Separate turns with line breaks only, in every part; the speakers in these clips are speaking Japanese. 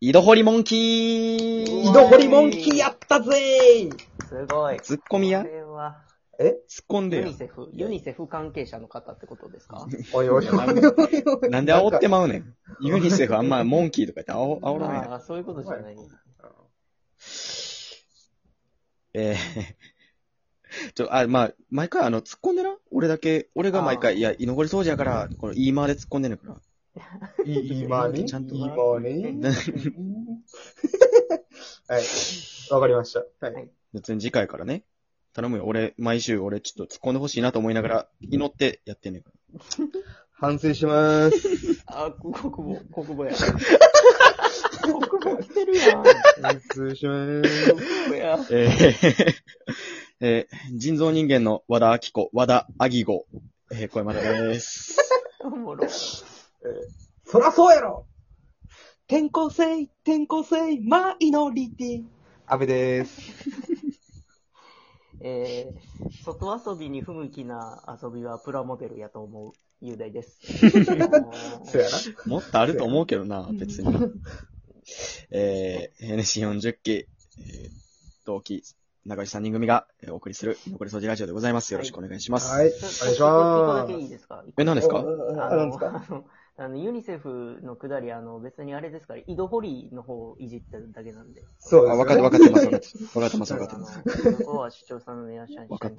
井戸掘りモンキー
井戸掘りモンキーやったぜー
すごい。
ツッコミや
これは、
突っ込んで
ユ
よ
ニ。セフ、ユニセフ関係者の方ってことで すか
おいおいおいおいおい。
なんで煽ってまうねん。ユニセフあんまモンキーとか言って煽煽らんやん。
ああ、そういうことじゃない。
えー ちょ、あ、まあ、毎回あの、突っ込んでな俺だけ、俺が毎
あー
回、いや、居残り掃除やから、この言い回で突っ込んでんねんから。
い今ね、
ちゃんと
今 ね。はい。わかりました。はい。
別に次回からね。頼むよ。俺、毎週俺ちょっと突っ込んでほしいなと思いながら、祈ってやってんねんから。
反省しまーす。
あ、国語、 国語や。国語来てるやん。
反省しまーす。
国語や。
え ーえー人造人間の和田明子、和田アギゴ。えー、これまでです。
おもろ。
そらそうやろ
転校生、転校生、マイノリティ。
阿部でーす。
えー、外遊びに不向きな遊びはプラモデルやと思う、雄 大です。
そうやな。
もっとあると思うけどな、別に。えー、NC40 期、えー同期、仲良し3人組がえーお送りする、残り掃除ラジオでございます。よろしくお願いします。
はい。お願い
ちょ
し
ちょっとだ
ま
けい
ー
い
す。
ですか
え、何ですか
あ、
あ
な
の、
んですか
あの、あのユニセフのくだり、あの、別にあれですから、井戸掘りの方をいじってるだけなんで。
そうです
あ、
ね。
分かって分かってます、分かって ます。分かってます、
あ
分かっ
の
てます。
そこは主張さんのいらっしゃいに
わかっ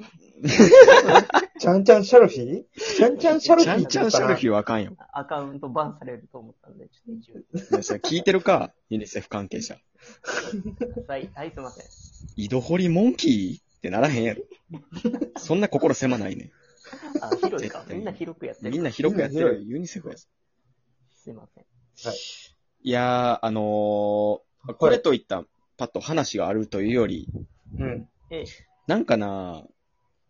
ちゃんちゃんシャルフィーちゃんちゃんシャル
ち
フ
ゃ
ィー
んちゃんシャルフィーはあかんよ。
アカウントバンされると思ったんで、ちょっと一応言
ねそれ聞いてるか、ユニセフ関係者。
ってください。はい、すいません。
井戸掘りモンキーってならへんやろ。そんな心狭ないね。
あ、広いか
絶。対
みんな広くやってる。
みんな広くやってる
広
ユニセフや。
すいません。
いやー、あのー、これといったパッと話があるというより、
うん。
ええ、
なんかな、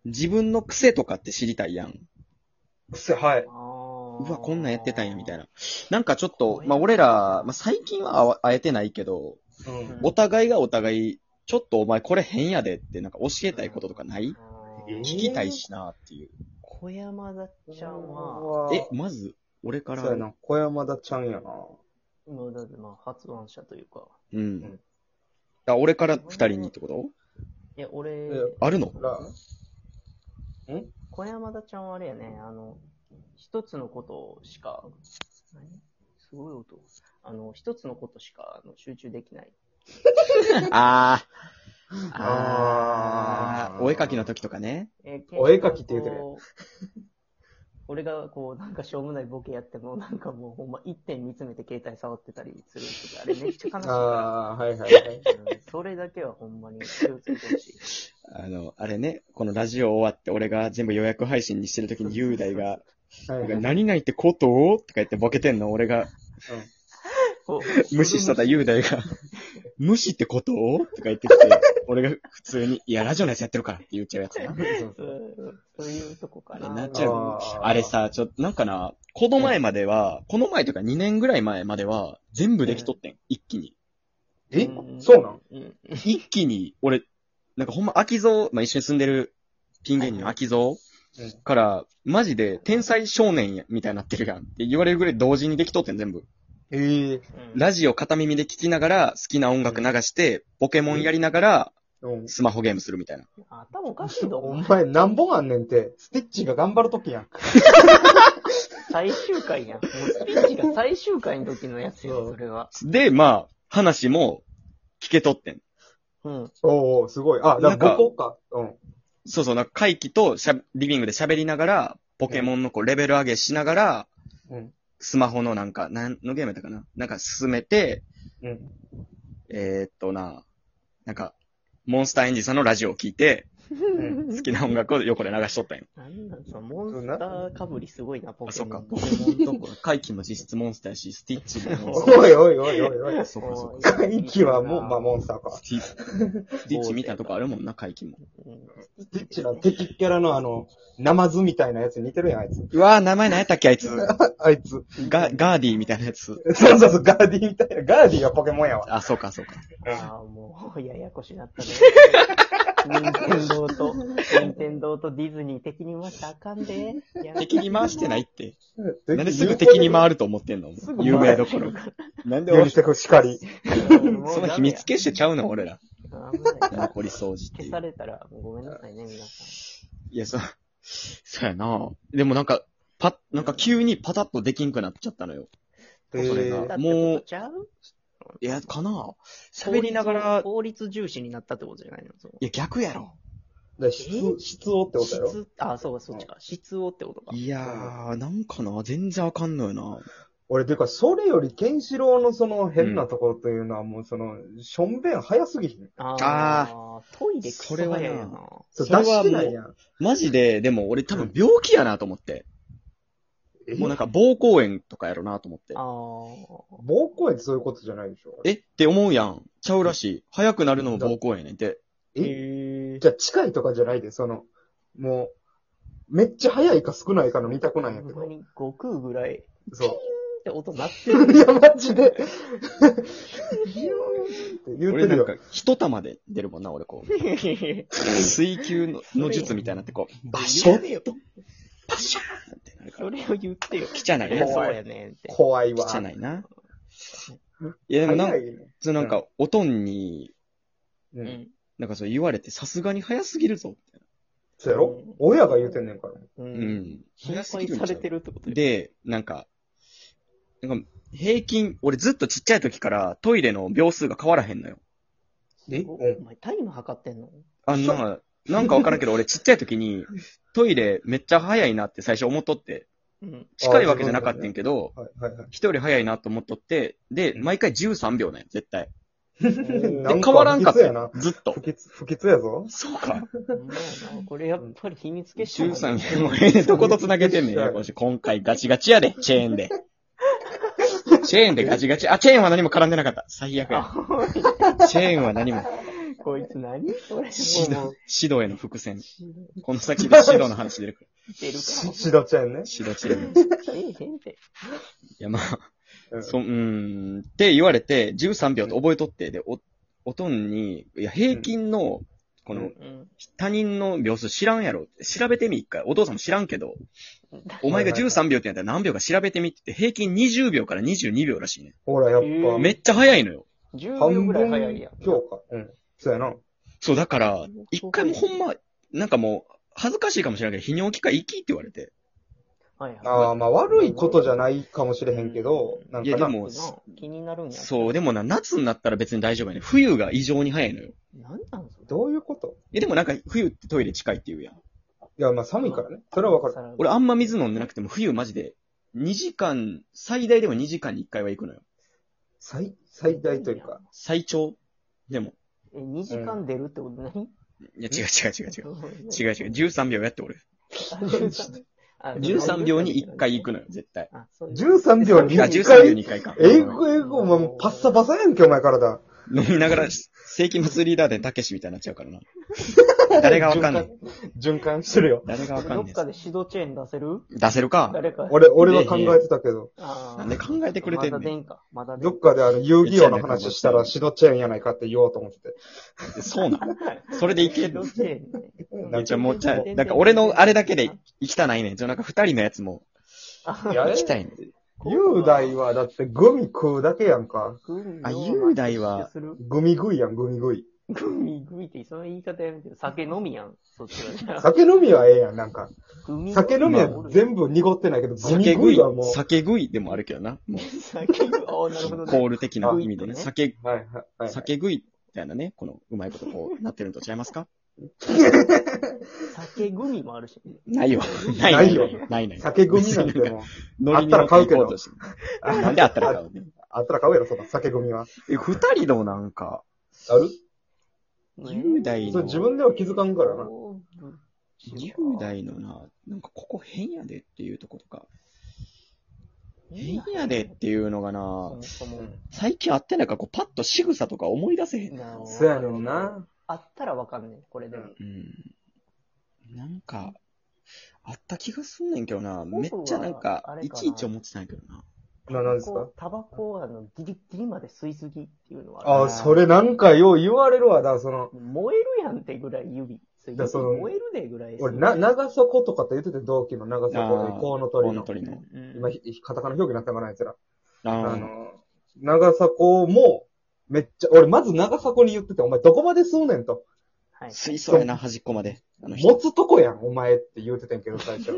自分の癖とかって知りたいやん。
くせ、はい。
あー
うわ、こんなんやってたんや、みたい。な。なんかちょっと
こう、いう
まあ、俺ら、まあ、最近はあわ会えてないけど、
うん。
お互いがお互い、ちょっとお前これ変やでって、なんか教えたいこととかない
あ
え
ー
聞きたいしなっていう。
小山田ちゃんは、
え、まず、俺から
そうや、な、小山田ちゃんやな。
もうだってまあ、発案者というか。
うん。あ俺から二人にってこと
いや、俺、
え
ある の
ら、
小山田ちゃんはあれやね、あの、一つのことしか、何すごい音。あの、一つのことしかあの集中できない。
あー。
あ
あ
ー
ー。お絵描きの時とかね。
えー
お絵描きって言うてる。
俺がこう、なんかしょうもないボケやっても、なんかもうほんま一点見つめて携帯触ってたりする時あれめっちゃ悲しいか
あー、はいはいはい。
ら。うんそれだけはほんまに気をつけてほしい。
あの、あれね、このラジオ終わって俺が全部予約配信にしてる時に雄大が、
はいはい
何々ってこととか言ってボケてんの俺が、
お
無視したら雄大が、 無視ってこととか言ってきて、俺が普通に、いや、ラジオのやつやってるからって言っちゃうやつな。
そう
う
そうん
そういうとこか
あ
な。
れなっちゃうよ
あー
あれ、さ、ちょっと、なんかな、この前までは、この前というか2年ぐらい前までは、全部できとってん。一気に。
え
ん
そうなん
うん
一気に、俺、なんかほんま、秋蔵、まあ、一緒に住んでる、ピン芸人の秋蔵
うん
から、マジで、天才少年や、みたいになってるやん。って言われるぐらい同時にできとってん、全部。
ええ。
うん
ラジオ片耳で聞きながら、好きな音楽流して、ポケモンやりながら、
うん
スマホゲームするみたいな。
頭おかしいぞ、お
お
前。
前何本あんねんて、スティッチが頑張るときやん。
最終回やん。もうスピーチが最終回の時のやつよ、
そう
それは。
で、まあ、話も、聞けとってん。
うん。
おーおー、すごい。あ、だから5個か。うん。
そうそう、なんか会期としゃ、リビングで喋りながら、ポケモンのこう、レベル上げしながら、
うん。
スマホのなんか、なんのゲームやったかななんか進めて、
うん。
えー、っとな、なんか、モンスターエンジンさんのラジオを聞いて、
ん
好きな音楽を横で流しとったんよ。
なんなんそのモンスターかぶりすごいな、ポ
あ、
ケ
そっ
モ
か。
ン。
ポケモンとこ、怪奇も実質モンスターやし、スティッチもモンスター。
おいおいおいおいお い。
そっかそっか。
一気はもう、まあ、モンスターか。
スティスティッチ見たいなとこあるもんな、怪奇も。
うん
スティッチの敵キャラのあの、ナマズみたいなやつ似てるやん、あいつ。
うわぁ、名前何やったっけ、あいつ。
ああいつ。
ガ、ガーディーみたいなやつ。
そうそうそう、ガーディみたいな。ガーディがポケモンやわ。
あ、そうか、そうか。
ああ、もう、ややこしなったね。任天堂と、任天堂とディズニー的に回したらあかんで。やめて
敵に回してない って。
な
なんですぐ敵に回
る
ると思ってんの
すぐ
有名どころ。なんで俺、
してくしかり。
その秘密結社ちゃうの俺ら。
危ない
残り掃除ってい
消
う
さ。れたら、ごめんなさいね、皆さん。
いや、そ、そうやなでもなんか、パッ、なんか急にパタッとできんくなっちゃったのよ。
え
それ
ー
が
もう、
いや、かな喋りながら、
法律重視になったってことじゃないのそう
いや、逆やろ。
だ質、質をってことやろ
質、あ、そうか、そっちか。質をってことか。
いやー、なんかな全然あかんのよな
俺、ていうか、それより、ケンシロウのその変なところというのは、もうその、しょんべん早すぎひん。
あー、トイレクソ
それはな
早いよな。
そう、
それは
出してないやん。
マジで、でも俺多分病気やなと思って。
え
もうなんか、膀胱炎とかやろなと思って
あ。ー。
膀胱炎ってそういうことじゃないでしょ
えって思うやん。ちゃうらしい。早くなるのも膀胱炎やねんて。
え
え
じゃあ、近いとかじゃないで、その、もう、めっちゃ早いか少ないかの見たくないんやけ
ほんま
ど。
に悟空ぐらい、
そ
って音鳴ってる。
う。い や、マジで。ビューンって言う
俺
て
な
る
ん
よ
か。、一玉で出るもんな、俺こ う。水球のの術みたいになってこう、バシャーン
よ。
バシャーンってなるか
そ
ら。
れを言ってよ。
汚い
いや
な、
そ
そうれ。
やねんって。
怖いわ。
汚いな。いや、でもなん
早
か、
いね。
そのなんか、おとんに、
う。
うんん。
なんかそう言われて、さすがに早すぎるぞ。
そうやろ
うん
親が言うてんねんから。
う。
うんん。
心
早すぎる
配
んちゃ
さ
う
れてるってことよ。
で、なんか、なんか、平均、俺ずっとちっちゃい時からトイレの秒数が変わらへんのよ。
え
お
うん
お前タイム測ってんの
あのな、なんかわからんけど、俺ちっちゃい時 に、トイレめっちゃ早いなって最初思っとって、
うん。
近いわけじゃなかったんやけど、
はいはいはい。
一人早いなと思っとって、で、毎回13秒なんよ、絶対。
ん
で、変わらんかっ
不吉
た
やな
よ。ずっと
不。吉、不吉やぞ。
そうか。
ほんまやなこれやっぱり秘密結社なんだ。
13秒もええねんどこと繋げてんねん。
そう
よし今回ガチガチやで、チェーンで。チェーンでガチガチ。あ、チェーンは何も絡んでなかった。最悪や。
あおい
チェーンは何も。
こいつ何それ。
シ
も
ド
う、
シドへの伏線。
知
この先でシドの話出るか
ってる
し、
か
しどちゃんね
ら。。シドチェーン。い
ら。ええへんって。
や、まあ、
うん
そ、うーん、って言われて、13秒って覚えとって、で、お、おとんに、いや、平均の、こ
う
の
ん、
うん。
他人の秒数知らんやろって。調べてみ、一回。お父さんも知らんけど、お前が
はいはいはい
13秒ってやったら何秒か調べてみって言って、平均20秒から22秒らしいね。
ほら、やっ
う
ぱ。
ん
めっちゃ早いのよ。
10
半
秒
分
ぐらい早いやん。
強化。うん。そうやな。
そう、だから、一回もうほんま、なんかもう、恥ずかしいかもしれないけど、泌尿器科行きって言われて。
はいはい。
ああ、まあ悪いことじゃないかもしれへんけど、なん
いや
か
で
な
も、
な気になるんや。
そう、でもな、夏になったら別に大丈夫やね。冬が異常に早いのよ。
なんなんそれ。
どういうこと
え、でもなんか、冬ってトイレ近いって言うやん。
いや、まあ寒いからね。それはわかる。
る
俺あんま水飲んでなくても、冬マジで、2時間、最大でも2時間に1回は行くのよ。
最、最大というか。。
最長でも。
え、2時間出るってこと何
いや、違う違う違う違う。違う違 う、
う。
13秒やって俺。
あ
13秒に1回行くのよ、絶対。
あ、そういう。
13秒に
いや、
1
13秒
回。
に1回か。
えぐえぐ、お前もうパッサパサやんけ、お前体。
飲みながら、世紀末リーダーでたけしみたいになっちゃうからな。誰がわかんねん。
循環。循環してるよ。
誰がわか
ど
ん
っ
ね
かで指導チェーン出せる
ん。出せるか。
誰か。
俺、俺は考えてたけど、
あー
なんで考えてくれてん
ま
ね
だで
ん。
んか。まだで
ど
ん
っかであの、遊戯王の話したら、シドチェーンやないかって言おうと思ってて。
そうなのそれでいけるの
指導チェーンね
めちゃもうちゃ、
全然
なんか俺のあれだけで行きたないねん。ちょ、なんか二人のやつも
あ
いや
行きたいねん。
雄大はだってグミ食うだけやんか。
あ雄大は。
グミ食いやん、グミ食い。
グミ、グミってその言い方やめてよ。酒飲みやん。そっちはじゃあ。
酒飲みはええやん、なんか。
グミ
酒飲み
ま
は全部濁ってないけど、グミ
酒
食
食
い
い
はもう、。
酒食いでもあるけどな。もう。
酒飲み。ああ、なるほど
コ
ね。
ール的な意味でね、
あ
酒、
はいはいはいはい。
酒食いみたいなね、このうまいことこうなってるんと違いますか
酒グミもあるし。
ないよ。ない
ないよ。
ないない。
酒グミなんてもう、
ノリに乗っていこうとして
あ
なんであったら買うねん。
あったら買うやろ、その酒グミは。
え、二人のなんか、
ある
雄大
それ
の、
自分では気づかんからな。
雄大のな、なんかここ変やでっていうとことか、変やでっていうのが
そ
な、
もそも。
最近会ってないからこうパッと仕草とか思い出せへん。
なあ
そうやねん。な。
あったらわかんねん、これでも。
うん。なんか、あった気がすんねんけどな、めっちゃなんか
あ、れ
い
かな
ちいち思ってたんやけどな。
な、なんですか
タバコをあのギリギリまで吸いすぎっていうのは
あ
る
あ、それなんかよう言われるわ。だからその、
燃えるやんってぐらい指ついて
だ
て
その
燃えるでぐらい
俺、な、長底とかって言ってて、同期の長底
あー
で、コウノト
コウ
リ
ノ
の
ト。リの。
うん
今、ひカタカナ表記になったかな、やつら。
あ
あ
ー
の、長迫も、めっちゃ、俺、まず長迫に言ってて、お前どこまで吸うねんと。
はい、
水槽やな、端っこまで。あの人
持つとこやん、お前って言うててんけど、最 初。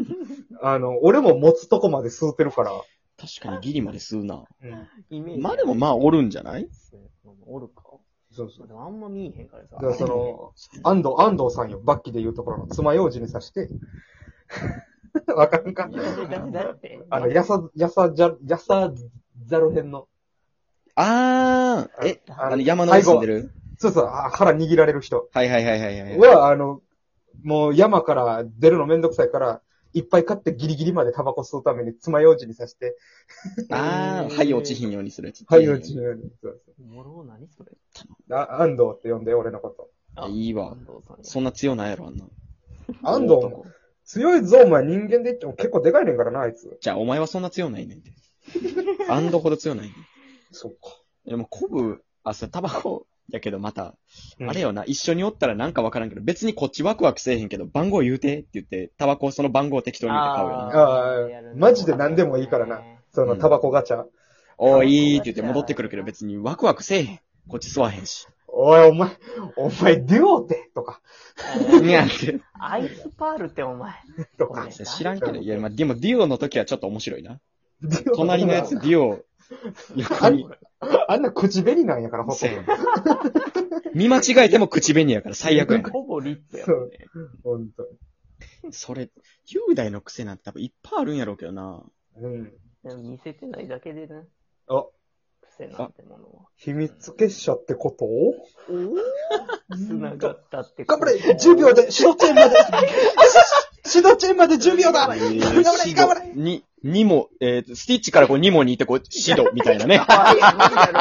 あの、俺も持つとこまで吸うてるから。
確かにギリまで吸うな。
うん。
イメージ。
まあでもまあ、おるんじゃない
おるか。
そうそ
まあ
う。
でもあんま見えへんからさ。
だからその、安藤、安藤さんよ、バッキで言うところの爪楊枝に刺して。 わかるか
いや だ って、だって、
あの、やさ、やさじゃ、やさざる辺の。
あー、え、
あ
あの、山の上住んでる
そうそう、あ腹握られる人
はいはいはいはいはい。
は、あの、もう山から出るのめんどくさいから、いっぱい買ってギリギリまでタバコ吸うために爪楊枝に刺して、
あー、はい、落ちひんようにするやつ。
はい、うちのように。そうそ
もろう何それ。
うあ安藤って呼んで、俺のこと。
あいいわ
安藤さんが
そんな強ないやろ、あんな。
安藤も、強いぞ、お前人間で言っても結構でかいねんからな、あいつ。
じゃあ、お前はそんな強ないね んて。安藤ほど強ないねん。
そっか。
でも、コブ、あ、それタバコやけど、また、
うん
あれよな、一緒におったらなんかわからんけど、別にこっちワクワクせえへんけど、番号言うてって言って、タバコをその番号を適当に見て買うよ
あ
な。
ーマジで何でもいいからな。そのタバコガチャ。
おーいいって言って戻ってくるけど、別にワクワクせえへん。こっち吸わへんし。
おい、お前、お前、デュオでとか、
いや、って。
アイスパールってお前。
とか。
知らんけど、いや、まあ、でもデュオの時はちょっと面白いな。
デュオ
隣のやつデュオ、横に。
あんな口紅なんやから、ほと
せ
んど
ん。見間違えても口紅やから最悪やん。
ほぼリップやもんね。
ほんと
それ、雄大の癖なんて多分いっぱいあるんやろうけどな。
うん。
でも見せてないだけでな、
あ、
癖なんてものは。
秘密結社ってこと
繋がったって
頑張れ !10 秒 で、シドチェーン まで、シドチェーンまで10秒だ
え
頑
ー
張れ
シ
頑
ド
張れ
に、にも、えースティッチからこうにもにいてこう、シドみたいなね。
あいや無理やろ